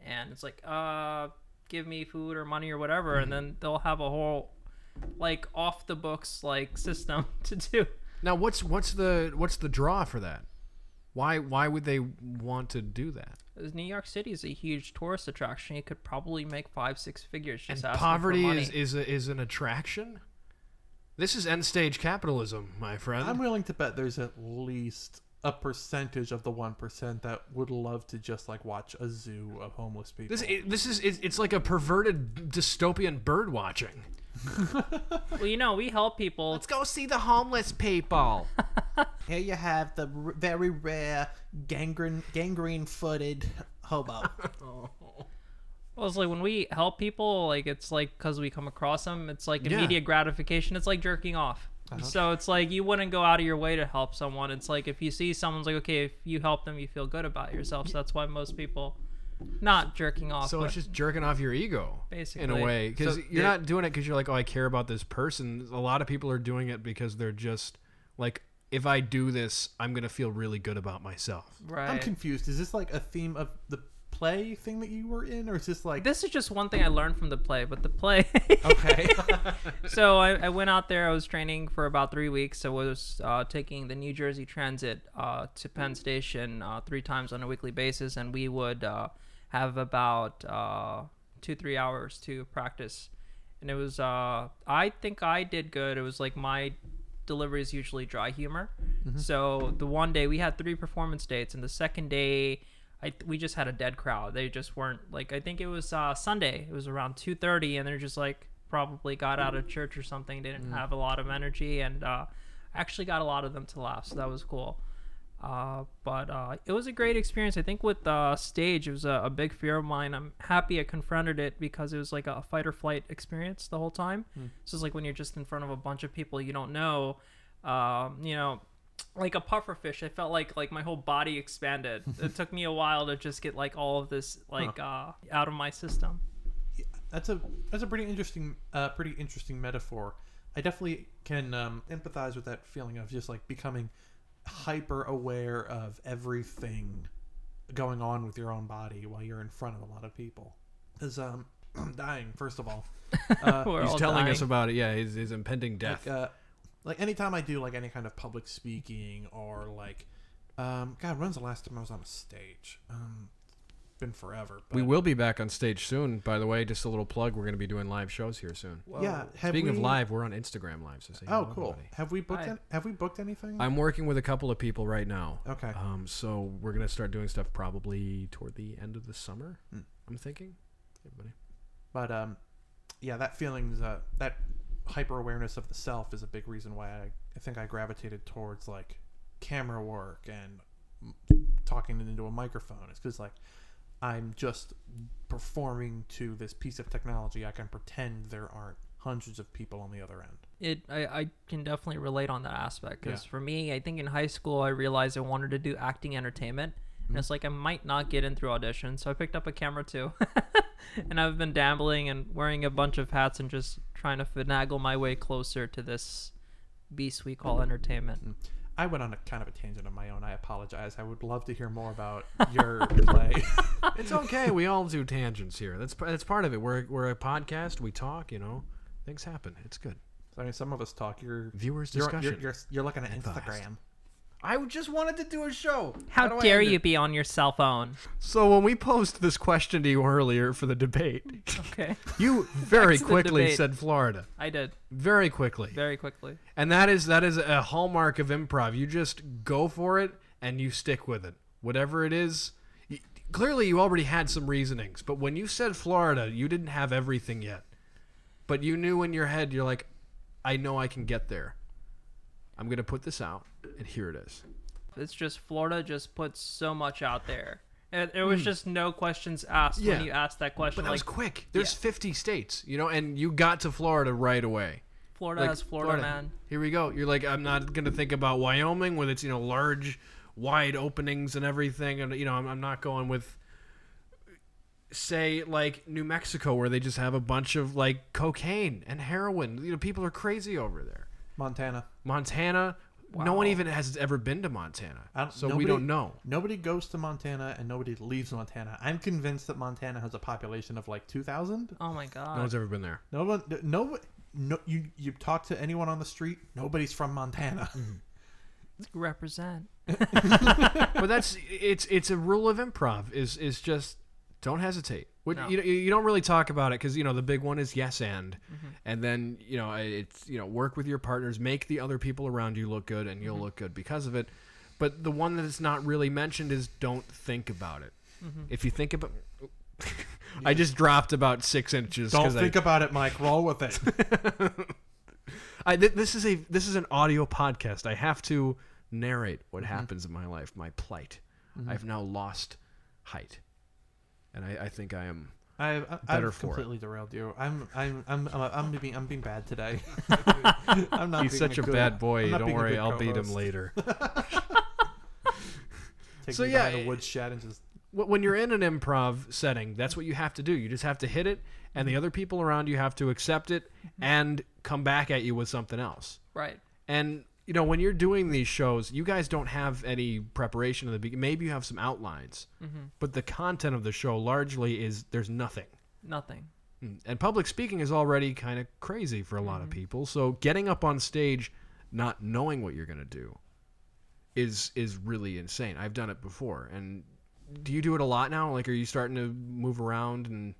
B: and it's like uh, give me food or money or whatever,
A: Mm-hmm.
B: and then they'll have a whole like off the books like system to do.
A: Now, what's what's the what's the draw for that? Why why would they want to do that?
B: 'Cause New York City is a huge tourist attraction. You could probably make five six figures just asking for
A: Poverty
B: money.
A: is is a, is an attraction. This is end stage capitalism, my friend.
C: I'm willing to bet there's at least a percentage of the one percent that would love to just like watch a zoo of homeless people.
A: this it, this is it's it's like a perverted dystopian bird watching.
B: Well, you know, we help people.
A: go see the homeless people.
C: Here you have the r- very rare gangrene gangrene footed hobo.
B: Well, it's like when we help people, like it's like because we come across them, it's like
A: Yeah. Uh-huh.
B: immediate gratification. It's like jerking off. So it's like you wouldn't go out of your way to help someone. It's like if you see someone's like, okay, if you help them, you feel good about yourself. So that's why most people, not jerking off.
A: So
B: but
A: it's just jerking off your ego, in
B: Basically.
A: a way, because
C: So,
A: you're
C: yeah.
A: not doing it because you're like, oh, I care about this person. A lot of people are doing it because they're just like, if I do this, I'm gonna feel really good about myself.
B: right.
C: I'm confused. Is this like a theme of the play thing that you were in, or is this like
B: this is just one thing I learned from the play, but the play.
C: okay?
B: so I, I went out there. I was training for about three weeks. I was uh, taking the New Jersey Transit uh, to Penn Station uh, three times on a weekly basis, and we would uh, have about uh, two three hours to practice. And it was uh, I think I did good. It was like my delivery is usually dry humor. So the one day we had three performance dates, and the second day. I, we just had a dead crowd. They just weren't like. I think it was uh, Sunday. It was around two thirty, and they're just like probably got out of church or something. They didn't have a lot of energy, and uh, actually got a lot of them to laugh. So that was cool. Uh, but uh, it was a great experience. I think with uh, stage, it was a, a big fear of mine. I'm happy I confronted it because it was like a fight or flight experience the whole time.
A: Hmm.
B: So it's like when you're just in front of a bunch of people you don't know, um, you know, like a puffer fish. I felt like like my whole body expanded. it took me a while to just get like all of this like uh, out of my system.
C: that's a that's a pretty interesting uh, pretty interesting metaphor. I definitely can um, empathize with that feeling of just like becoming hyper aware of everything going on with your own body while you're in front of a lot of people. Because um, I'm dying first of all. Uh,
B: We're
A: He's
B: all
A: telling
B: dying.
A: us about it. Yeah, his, his impending death.
C: like uh like anytime i do like any kind of public speaking or like um god when's the last time i was on a stage um been forever but
A: we will be back on stage soon. By the way, just a little plug. We're gonna be doing live shows here soon.
C: yeah have
A: Speaking of
C: we-
A: live, we're on Instagram live. So say hello,
C: oh cool
A: everybody.
C: have we booked
B: Hi.
C: an, have we booked anything
A: I'm working with a couple of people right now.
C: okay
A: Um, so we're gonna start doing stuff probably toward the end of the summer. I'm thinking. Everybody.
C: but um yeah that feeling's uh that hyper awareness of the self is a big reason why i, I think i gravitated towards like camera work and m- talking into a microphone it's because like i'm just performing to this piece of technology i can pretend there aren't hundreds of people on the other end
B: it I, I can definitely relate on that aspect because
C: Yeah.
B: for me i think in high school i realized i wanted to do acting entertainment
A: Mm-hmm.
B: And it's like I might not get in through audition, so I picked up a camera too. and I've been dabbling and wearing a bunch of hats and just trying to finagle my way closer to this beast we call entertainment.
A: Mm-hmm.
C: I went on a kind of a tangent of my own. I apologize. I would love to hear more about your play.
A: It's okay. We all do tangents here. That's p- that's part of it. We're we're a podcast. We talk. You know, things happen. It's good.
C: I mean, some of us talk. You're
A: Viewers
C: you're,
A: discussion.
C: You're, you're, you're looking at
A: Advised.
C: Instagram.
A: I just wanted to do a show.
B: How
A: do I
B: dare
A: end it?
B: you be on your cell phone?
A: So when we posed this question to you earlier for the debate,
B: Okay.
A: you very
B: to the
A: quickly
B: debate.
A: said Florida.
B: I did
A: Very quickly.
B: very quickly.
A: And that is that is a hallmark of improv. You just go for it and you stick with it. Whatever it is, you, clearly you already had some reasonings, but when you said Florida, you didn't have everything yet. But you knew in your head you're like I know I can get there. I'm going to put this out and here it is.
B: It's just Florida just puts so much out there. And there was just no questions asked
A: Hmm. Yeah.
B: when you asked that question.
A: But that
B: like
A: was quick. There's 50 states, you know, and you got to Florida right away.
B: Florida
A: Like,
B: has Florida, man.
A: Here we go. You're like, I'm not gonna think about Wyoming with its you know large, wide openings and everything, and you know I'm, I'm not going with, say like New Mexico where they just have a bunch of like cocaine and heroin. You know people are crazy over there.
C: Montana.
A: Montana. No one
B: Wow.
A: even has ever been to Montana,
C: I don't-
A: so we
C: nobody-
A: don't know.
C: Nobody goes to Montana and nobody leaves Montana. I'm convinced that Montana has a population of like 2,000.
B: Oh my
A: No
B: god.
A: one's ever been there.
C: No one, no, no, you, you talk to anyone on the street, nobody's from Montana.
A: Mm.
B: Represent.
A: but that's it's it's a rule of improv is is just don't hesitate. What,
B: No.
A: you, you don't really talk about it because you know the big one is yes and, and then you know it's you know work with your partners, make the other people around you look good, and you'll look good because of it. But the one that is not really mentioned is don't think about it. If you think about, I just dropped about six inches.
C: Don't
A: 'cause I-
C: think about it, Mike. Roll with it.
A: I, th- this is a this is an audio podcast. I have to narrate what
C: Mm-hmm.
A: happens in my life, my plight. I've now lost height, and I, I think I am.
C: I, I,
A: Better
C: I've
A: for it.
C: completely derailed you. I'm, I'm, I'm, I'm, I'm being, I'm being bad today. I'm not.
A: He's
C: being
A: such a
C: good-
A: bad
C: I'm
A: boy.
C: not
A: Don't
C: being a
A: worry,
C: good
A: I'll beat him
C: co-host.
A: later.
C: Take
A: So
C: me
A: yeah,
C: behind
A: it-
C: a woodshed and just
A: Wh- when you're in an improv setting, that's what you have to do. You just have to hit it, and
C: Mm-hmm.
A: the other people around you have to accept it and come back at you with something else.
B: Right.
A: And you know, when you're doing these shows, you guys don't have any preparation in the beginning. Maybe you have some outlines, but the content of the show largely is there's nothing.
B: Nothing.
A: Mm. And public speaking is already kind of crazy for a lot of people. So getting up on stage, not knowing what you're gonna do, is is really insane. I've done it before. And do you do it a lot now? Like, are you starting to move around and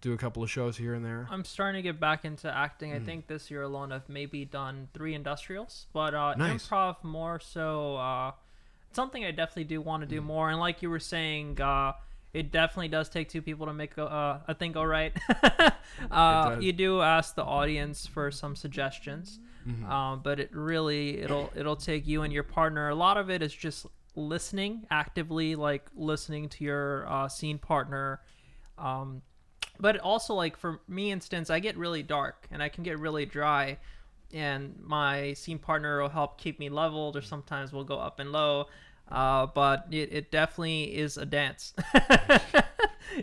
A: do a couple of shows here and there?
B: I'm starting to get back into acting.
A: Hmm.
B: I think this year alone I've maybe done three industrials, but uh,
A: Nice.
B: improv more so. Uh, it's something I definitely do want to do more. And like you were saying, uh, it definitely does take two people to make a, uh, a thing go right. uh,
A: does.
B: you do ask the audience for some suggestions, um, but it really it'll it'll take you and your partner. A lot of it is just listening actively, like listening to your uh, scene partner. Um, but also like for me instance i get really dark and i can get really dry and my scene partner will help keep me leveled or sometimes we'll go up and low uh, but it, it definitely is a dance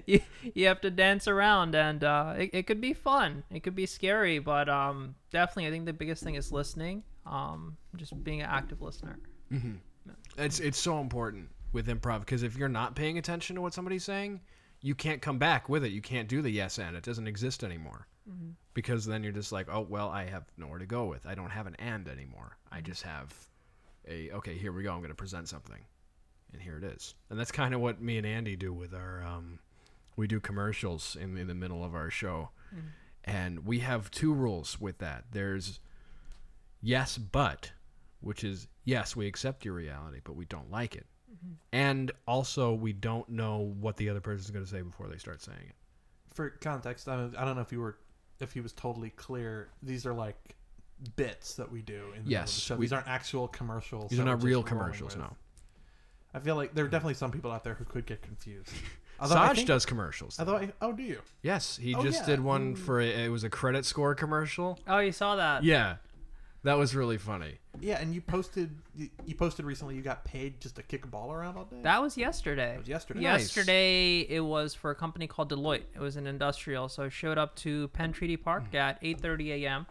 B: you, you have to dance around and uh, it, it could be fun it could be scary but um, definitely i think the biggest thing is listening um, just being an active listener
A: It's it's so important with improv because if you're not paying attention to what somebody's saying, you can't come back with it. You can't do the yes and. It doesn't exist anymore. Because then you're just like, oh well, I have nowhere to go with. I don't have an and anymore. I just have a okay. Here we go. I'm going to present something, and here it is. And that's kind of what me and Andy do with our. Um, we do commercials in, in the middle of our show, and we have two rules with that. There's yes, but, which is yes, we accept your reality, but we don't like it.
C: Mm-hmm.
A: And also, we don't know what the other person's going to say before they start saying it.
C: for context. I, don't- I don't know if you were, if he was totally clear. These are like bits that we do. In the middle of
A: Yes,
C: the show.
A: we-
C: these aren't actual commercials.
A: These
C: that
A: are
C: we're
A: not
C: just
A: real
C: rolling
A: commercials,
C: with.
A: no.
C: I feel like there are definitely some people out there who could get confused. Although I
A: Saj
C: think-
A: does commercials.
C: Although I, oh, do you?
A: yes, he
C: Oh,
A: just
C: yeah.
A: did one for a, it was a credit score commercial.
B: oh you saw that
A: Yeah, that was really funny.
C: yeah, and you posted you, you posted recently. You got paid just to kick a ball around all day.
B: That was yesterday.
C: That was yesterday.
A: Nice.
B: Yesterday it was for a company called Deloitte. It was an industrial, so I showed up to Penn Treaty Park at 8:30 a.m.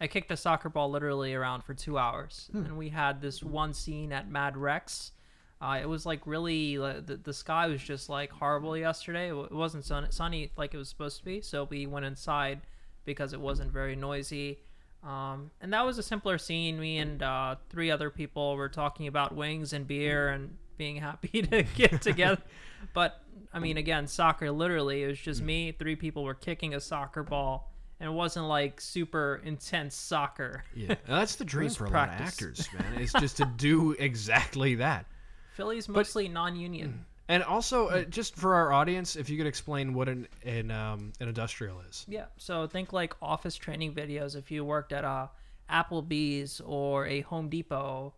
B: I kicked a soccer ball literally around for two hours, and we had this one scene at Mad Rex. Uh, it was like really like, the, the sky was just like horrible yesterday. It w- it wasn't sun- sunny like it was supposed to be, so we went inside because it wasn't very noisy. Um, and that was a simpler scene. Me and uh, three other people were talking about wings and beer and being happy to get together. but I mean, again, soccer literally, it was just me. Three people were kicking a soccer ball, and it wasn't like super intense soccer.
A: Yeah, that's the dream
B: was
A: for a lot of
B: practice.
A: actors, man. Is just to do exactly that.
B: Philly's mostly non union.
A: And also, uh, just for our audience, if you could explain what an an, um, an industrial is.
B: Yeah. So think like office training videos. If you worked at a Applebee's or a Home Depot,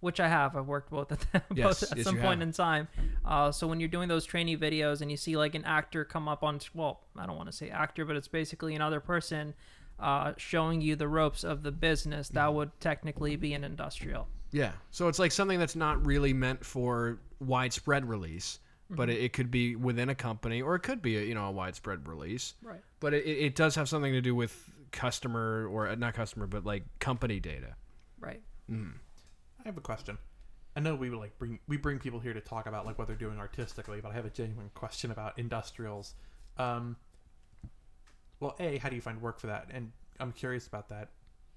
B: which I have, I've worked both at them
A: Yes,
B: both at
A: yes,
B: some
A: you
B: point
A: have.
B: in time. Uh, so when you're doing those training videos and you see like an actor come up on, s- well, I don't want to say actor, but it's basically another person uh, showing you the ropes of the business.
A: Mm-hmm.
B: That would technically be an industrial.
A: Yeah. So it's like something that's not really meant for widespread release, but it, it could be within a company, or it could be a, you know a widespread release.
B: Right.
A: But it, it does have something to do with customer or uh, not customer, but like company data.
B: Right.
C: I have a question. I know we like bring we bring people here to talk about like what they're doing artistically, but I have a genuine question about industrials. Um, well, a how do you find work for that? And I'm curious about that,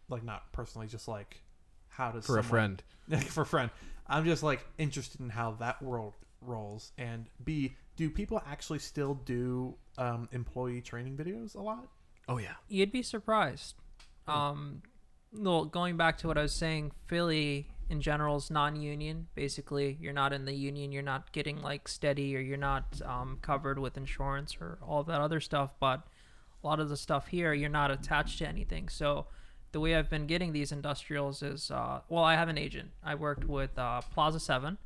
C: like not personally, just like how does
A: For a
C: someone-
A: friend.
C: for a friend. I'm just like interested in how that world rolls. And b do people actually still do um, employee training videos a lot?
A: Oh yeah.
B: You'd be surprised. Um, well, going back to what I was saying, Philly in general is non-union. Basically, you're not in the union. You're not getting like steady, or you're not um, covered with insurance or all that other stuff. But a lot of the stuff here, you're not attached to anything. So the way I've been getting these industrials is, uh, well, I have an agent. I worked with uh, Plaza Seven.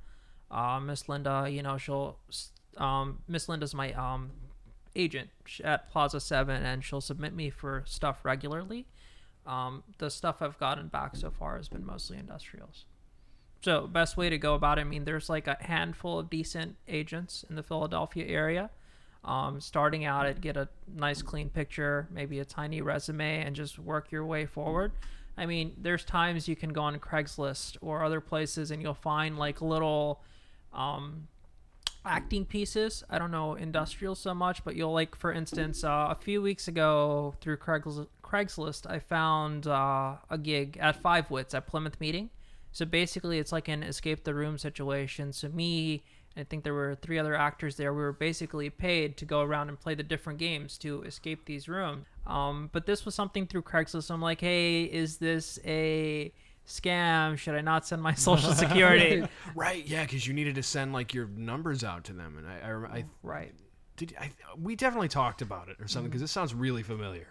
B: Uh, Miss Linda, you know, she'll s- um, Miss Linda's my um, agent sh- at Plaza Seven, and she'll submit me for stuff regularly. Um, the stuff I've gotten back so far has been mostly industrials. So best way to go about it. I mean, there's like a handful of decent agents in the Philadelphia area. Um, starting out, I'd get a nice clean picture, maybe a tiny resume, and just work your way forward. I mean, there's times you can go on Craigslist or other places, and you'll find like little um, acting pieces. I don't know industrial so much, but you'll like, for instance, uh, a few weeks ago through Craigs- Craigslist, I found uh, a gig at Five Wits at Plymouth Meeting. So basically, it's like an escape the room situation. So me, I think there were three other actors there. We were basically paid to go around and play the different games to escape these rooms. Um, but this was something through Craigslist. I'm like, hey, is this a scam? Should I not send my social security?
A: Right. Yeah, because you needed to send like your numbers out to them, and I I, rem- I
B: right.
A: did I, we definitely talked about it or something because this sounds really familiar.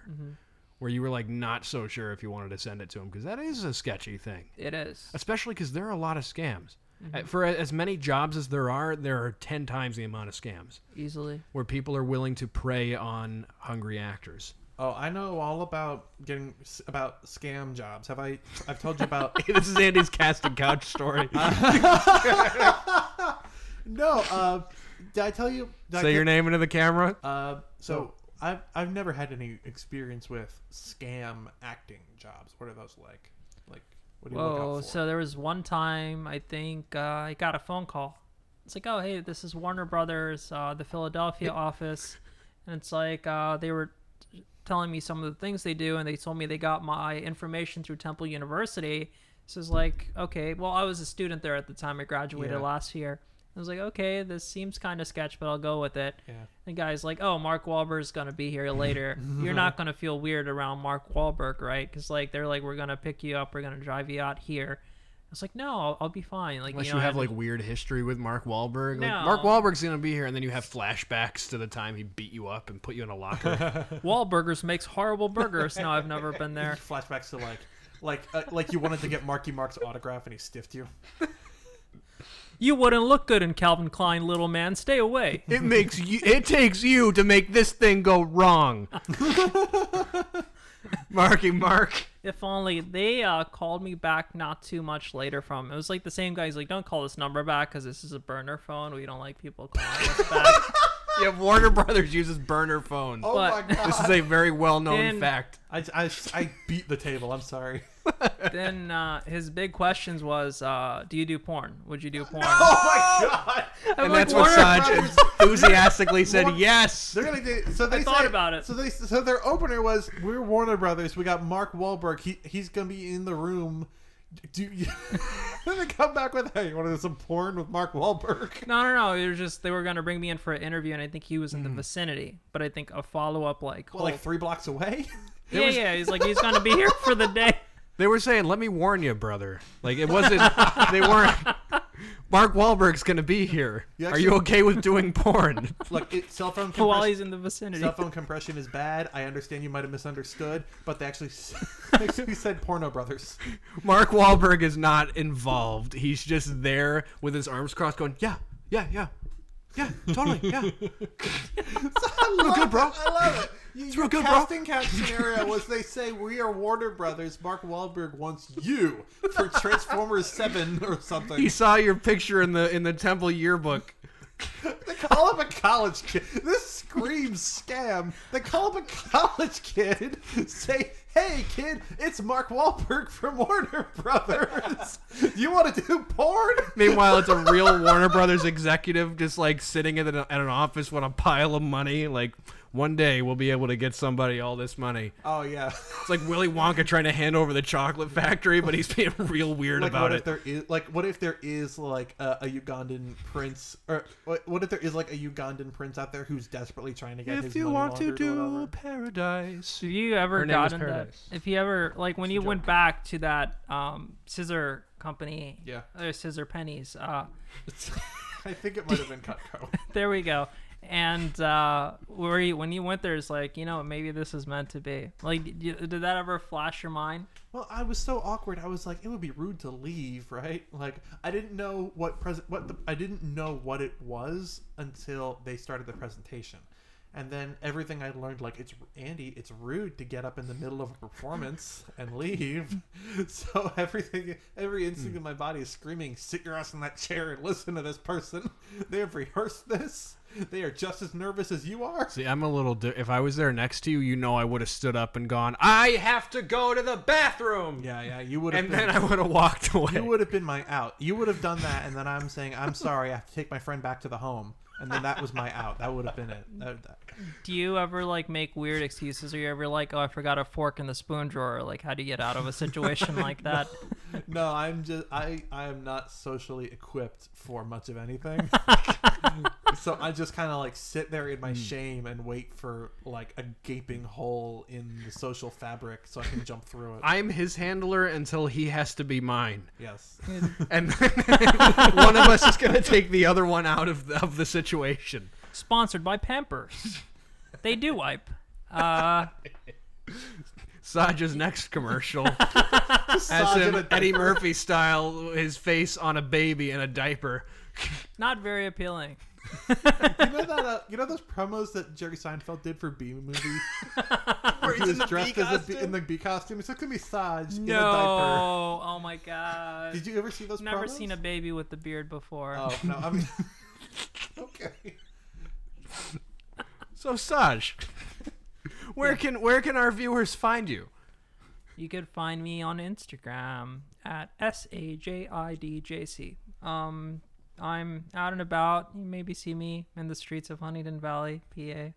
A: Where you were like not so sure if you wanted to send it to him because that is a sketchy thing.
B: It is.
A: especially because there are a lot of scams. Uh, For a- as many jobs as there are, there are ten times the amount of scams
B: Easily.
A: where people are willing to prey on hungry actors.
C: Oh, I know all about getting about scam jobs. Have I? I've told you about. this is Andy's
A: Casting couch story.
C: No, uh, did I tell you? Did I
A: Say your
C: tell-
A: name into the camera.
C: Uh, so I've I've never had any experience with scam acting jobs. What are those like? Like what do you look out
B: Whoa!
C: for?
B: So there was one time I think uh, I got a phone call. It's like, oh hey, this is Warner Brothers, uh, the Philadelphia office, and it's like uh, they were telling me some of the things they do, and they told me they got my information through Temple University. So it's like, okay, well I was a student there at the time. I graduated
C: Yeah.
B: last year. I was like, okay, this seems kind of sketch, but I'll go with it.
C: yeah.
B: The guy's like, "Oh, Mark Wahlberg's gonna be here later. You're not gonna feel weird around Mark Wahlberg, right? Because like they're like, we're gonna pick you up, we're gonna drive you out here." I was like, "No, I'll, I'll be fine." Like
A: Unless
B: you,
A: you,
B: know,
A: have
B: and-
A: like weird history with Mark Wahlberg. Like,
B: No.
A: Mark Wahlberg's gonna be here, and then you have flashbacks to the time he beat you up and put you in a locker.
B: Wahlburgers makes horrible burgers. no, I've never been there.
C: Flashbacks to like like uh, like you wanted to get Marky Mark's autograph and he stiffed you.
B: You wouldn't look good in Calvin Klein, little man. Stay away.
A: it makes you. It takes you to make this thing go wrong. Marky Mark.
B: If only they uh, called me back not too much later from it was like the same guy's like, don't call this number back because this is a burner phone. We don't like people calling us back.
A: Yeah, Warner Brothers uses burner phones.
C: Oh
B: But-
C: my god!
A: This is a very well known
B: Then-
A: fact.
C: I, I, I beat the table. I'm sorry.
B: then uh, his big questions was, uh, do you do porn? Would you do porn?
C: Oh my god!
B: I'm
A: And
B: like,
A: that's what
B: Warner
A: Saj
C: Brothers-
A: enthusiastically said
C: Warner-
A: yes.
C: They're gonna do, so they
B: I thought
C: say-
B: about it.
C: So they so their opener was we're Warner Brothers. We got Mark Wahlberg. He he's gonna be in the room. Do you? then they come back with hey, you want to do some porn with Mark Wahlberg?
B: No, no, no. It was just they were gonna bring me in for an interview, and I think he was in the
A: Mm.
B: vicinity. But I think a follow up, like,
C: Well, like three blocks away.
B: yeah, yeah. He's like, he's gonna be here for the day.
A: They were saying, "Let me warn you, brother." Like it wasn't. they weren't. Mark Wahlberg's gonna be here.
C: You
A: Are you
C: actually-
A: okay with doing porn?
C: Look, it, cell phone.
B: While
C: compression-
B: he's in the vicinity.
C: Cell phone compression is bad. I understand you might have misunderstood, but they actually s- actually said Porno Brothers.
A: Mark Wahlberg is not involved. He's just there with his arms crossed, going, "Yeah, yeah, yeah, yeah, totally, yeah."
C: I love
A: good, bro.
C: It. I love it. You, your
A: real good, bro.
C: casting couch scenario was they say we are Warner Brothers. Mark Wahlberg wants you for Transformers Seven or something.
A: He saw your picture in the in the temple yearbook.
C: They call him a college kid. This screams scam. They call him a college kid. Say, hey, kid, it's Mark Wahlberg from Warner Brothers. you want to do porn?
A: Meanwhile, it's a real Warner Brothers executive just like sitting at an, at an office with a pile of money. Like one day we'll be able to get somebody all this money.
C: Oh yeah.
A: It's like Willy Wonka trying to hand over the chocolate factory, but he's being real weird
C: Like
A: about
C: what
A: it.
C: if there is like what if there is like a, a Ugandan prince or what, what if there is like a Ugandan prince out there who's desperately trying to get his
A: If you
C: money
A: want to
C: laundered or
A: do
C: whatever?
A: paradise.
B: If you ever
A: Her name was
B: gotten that,
A: Paradise.
B: if you ever like when you went back to that um, scissor company,
C: Yeah.
B: or scissor pennies, uh,
C: I think it might have been Cutco.
B: there we go. And uh, where you, when you went there, it's like you know maybe this is meant to be. Like, did, you- did that ever flash your mind?
C: Well, I was so awkward. I was like, it would be rude to leave, right? Like, I didn't know what present, what the, I didn't know what it was until they started the presentation, and then everything I learned, like, it's Andy, it's rude to get up in the middle of a performance and leave. so everything, every instinct in my body is screaming, "Sit your ass in that chair and listen to this person. They have rehearsed this. They are just as nervous as you are."
A: See, I'm a little. Di- if I was there next to you, you know I would have stood up and gone, I have to go to the bathroom!
C: Yeah, yeah, you would have.
A: And then I would have walked away.
C: You would have been my out. You would have done that, and then I'm saying, I'm sorry, I have to take my friend back to the home. And then that was my out. That would have been it. That, that-
B: Do you ever like make weird excuses? Are you ever like, oh, I forgot a fork in the spoon drawer? Like, how do you get out of a situation like that?
C: No, I'm just I I am not socially equipped for much of anything. so I just kind of like sit there in my shame and wait for like a gaping hole in the social fabric so I can jump through it.
A: I'm his handler until he has to be mine.
C: yes.
A: And then one of us is going to take the other one out of the, of the situation.
B: Sponsored by Pampers. They do wipe. Uh,
A: Saj's next commercial has
C: Saj in
A: him
C: a
A: Eddie Murphy style, his face on a baby in a diaper.
B: not very appealing.
C: You know that uh, you know those promos that Jerry Seinfeld did for B movie. Where
A: he's in the bee
C: bee, in the bee costume. It's gonna be Saj in a diaper.
B: No. Oh my god.
C: Did you ever see those?
B: Never
C: promos?
B: seen a baby with the beard before.
C: Oh no, I mean. okay.
A: So Saj, where can where can our viewers find you?
B: You could find me on Instagram at S A J I D J C. Um I'm out and about. You maybe see me in the streets of Huntington Valley, PA.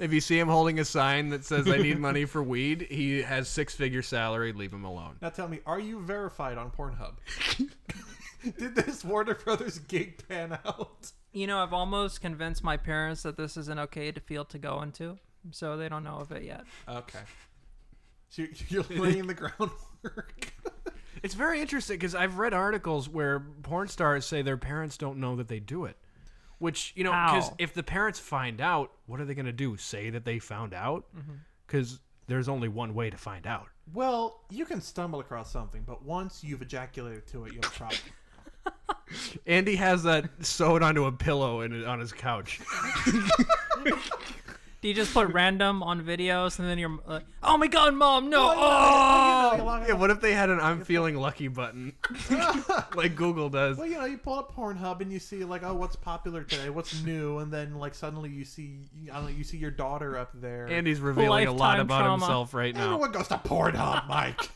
A: If you see him holding a sign that says "I need money for weed," he has six figure salary. Leave him alone.
C: Now tell me, are you verified on Pornhub? Did this Warner Brothers gig pan out?
B: You know, I've almost convinced my parents that this is an okay to field to go into, so they don't know of it yet.
C: Okay. So you- you're laying the groundwork.
A: It's very interesting because I've read articles where porn stars say their parents don't know that they do it. Which you know, because
B: Ow.
A: if the parents find out, what are they going to do? Say that they found out?
B: Mm-hmm.
A: Because there's only one way to find out.
C: well, you can stumble across something, but once you've ejaculated to it, you have a problem.
A: Andy has that sewed onto a pillow in, on his couch.
B: Do you just put random on videos and then you're like, oh my god, mom, no,
C: Well, you know,
B: oh!
C: you
A: Yeah,
C: know,
A: what if they had an "I'm feeling lucky" button, like Google does?
C: Well, you know, you pull up Pornhub and you see like, oh, what's popular today? What's new? And then like suddenly you see, I don't know, you see your daughter up there.
A: Andy's revealing a lot
B: Lifetime
A: about
B: trauma.
A: himself right now.
C: everyone goes to Pornhub, Mike.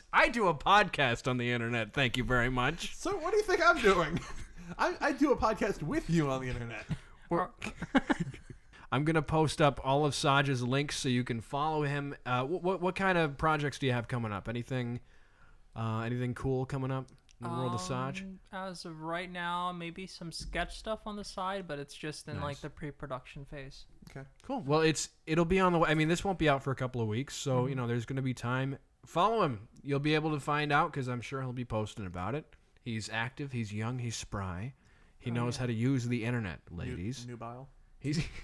A: I do a podcast on the internet. Thank you very much.
C: so what do you think I'm doing? I, I do a podcast with you on the internet.
A: We're- I'm gonna post up all of Saj's links so you can follow him. Uh, what, what what kind of projects do you have coming up? Anything, uh, anything cool coming up in the world of Saj?
B: Um, As of right now, maybe some sketch stuff on the side, but it's just in like the pre-production phase.
C: Okay.
A: Cool. Well, it's it'll be on the way. I mean, this won't be out for a couple of weeks, so
C: Mm-hmm.
A: you know there's going to be time. Follow him. You'll be able to find out because I'm sure he'll be posting about it. He's active. He's young. He's spry.
C: Oh,
A: He knows how to use the internet, ladies.
C: Nubile.
A: He's.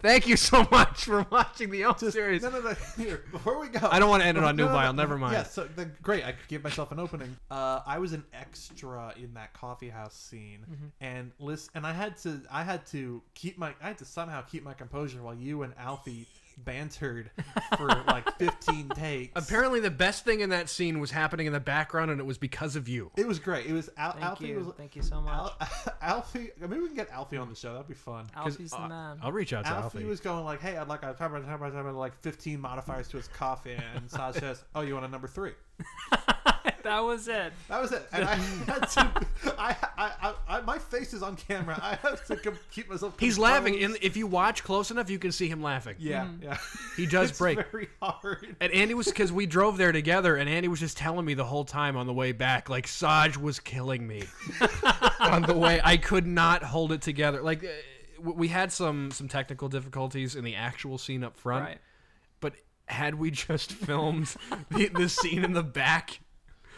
A: Thank you so much for watching the old
C: Just,
A: series.
C: No, no, no. Here, before we go.
A: I don't want to end it on
C: No, no, no,
A: Nubile.
C: no.
A: Never mind.
C: Yeah, so the, great. I could give myself an opening. Uh, I was an extra in that coffee house scene,
A: Mm-hmm.
C: and list, and I had to, I had to keep my, I had to somehow keep my composure while you and Alfie bantered for like 15 takes.
A: Apparently, the best thing in that scene was happening in the background, and it was because of you.
C: it was great. It was Al-
B: Thank
C: Alfie
B: you,
C: was
B: thank you so much.
C: Al- Alfie. Maybe we can get Alfie on the show. That'd be fun.
A: 'Cause,
B: Alfie's
A: uh,
B: the man.
A: I'll reach out to Alfie.
C: Alfie was going like, "Hey, I'd like a time, time, time, time, like 15 modifiers to his coffee," and Saj says, "Oh, you want a number three?
B: that was it.
C: That was it. And I had to. I, I, I, I my face is on camera. I have to com- keep myself.
A: He's
C: composed.
A: laughing, and if you watch close enough, you can see him laughing.
C: Yeah, yeah.
A: He does
C: It's
A: break.
C: very hard.
A: And Andy was because we drove there together, and Andy was just telling me the whole time on the way back, like Saj was killing me on the way. I could not hold it together. Like uh, w- we had some some technical difficulties in the actual scene up front,
B: Right.
A: but had we just filmed the, the scene in the back.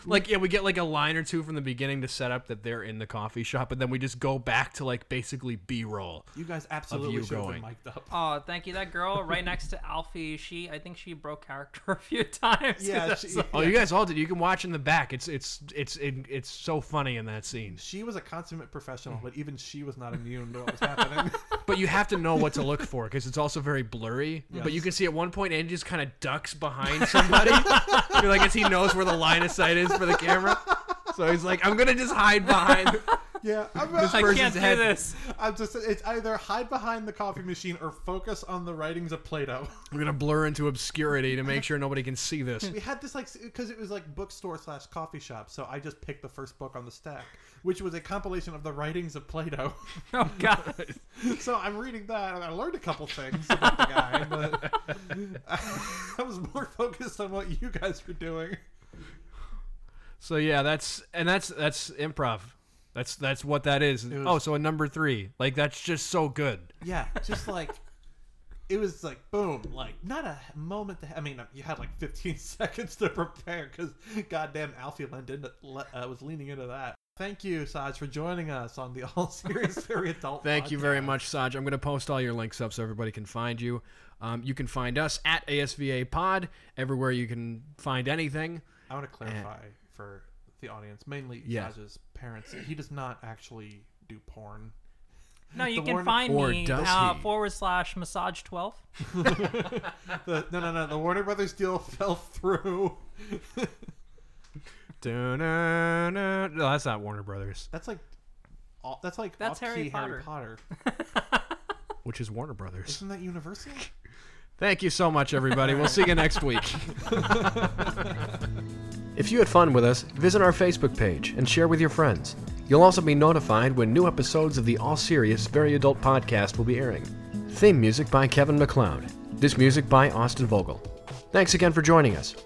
A: Like yeah, we get like a line or two from the beginning to set up that they're in the coffee shop, and then we just go back to like basically B roll.
C: You guys absolutely
A: you
C: should
A: going.
C: have been mic'd up.
B: Oh, thank you. That girl right next to Alfie, she I think she broke character a few times. 'cause
C: Yeah,
B: that's
C: she,
B: like-
A: Oh, you guys all did. You can watch in the back. It's it's it's it, it's so funny in that scene.
C: she was a consummate professional, but even she was not immune to what was happening.
A: But you have to know what to look for because it's also very blurry. But you
C: Yes.
A: can see at one point Andy just kind of ducks behind somebody. You're like, as he knows where the line of sight is for the camera. So he's like, I'm gonna just hide behind.
C: yeah, I'm,
B: I
A: person's
B: can't do
A: head-
B: this.
C: I'm just. It's either hide behind the coffee machine or focus on the writings of Plato.
A: We're gonna blur into obscurity to make sure nobody can see this.
C: We had this like because it was like bookstore slash coffee shop, so I just picked the first book on the stack, which was a compilation of the writings of Plato.
B: Oh god.
C: So I'm reading that, and I learned a couple things about the guy, but I was more focused on what you guys were doing.
A: So yeah, that's and that's that's improv. That's that's what that is.
C: was-
A: oh, so a number three. Like that's just so good.
C: Yeah, just like it was like boom, like not a moment. To, I mean, you had like 15 seconds to prepare because goddamn Alfie leaned into, le- uh, was leaning into that. Thank you, Saj, for joining us on the All Serious Very Adult.
A: Thank you very
C: podcast.
A: much, Saj. I'm going to post all your links up so everybody can find you. Um, you can find us at ASVA Pod everywhere you can find anything.
C: I want to clarify for the audience, mainly
A: Yeah.
C: Saj's parents. He does not actually do porn.
B: No, you
C: The
B: can
C: Warren-
B: find
A: Or
B: me
A: does
B: uh,
A: he?
B: forward slash massage twelve.
C: The, no, no, no. The Warner Brothers deal fell through.
A: Dun-dun-dun. No, that's not Warner Brothers,
C: That's like, all, that's like
B: That's
C: off-key
B: Harry
C: Potter.
A: which is Warner Brothers.
C: Isn't that universal?
A: Thank you so much, everybody. We'll see you next week. if you had fun with us, visit our Facebook page and share with your friends. You'll also be notified when new episodes of the All Serious Very Adult podcast will be airing. Theme music by Kevin McLeod. This music by Austin Vogel. Thanks again for joining us.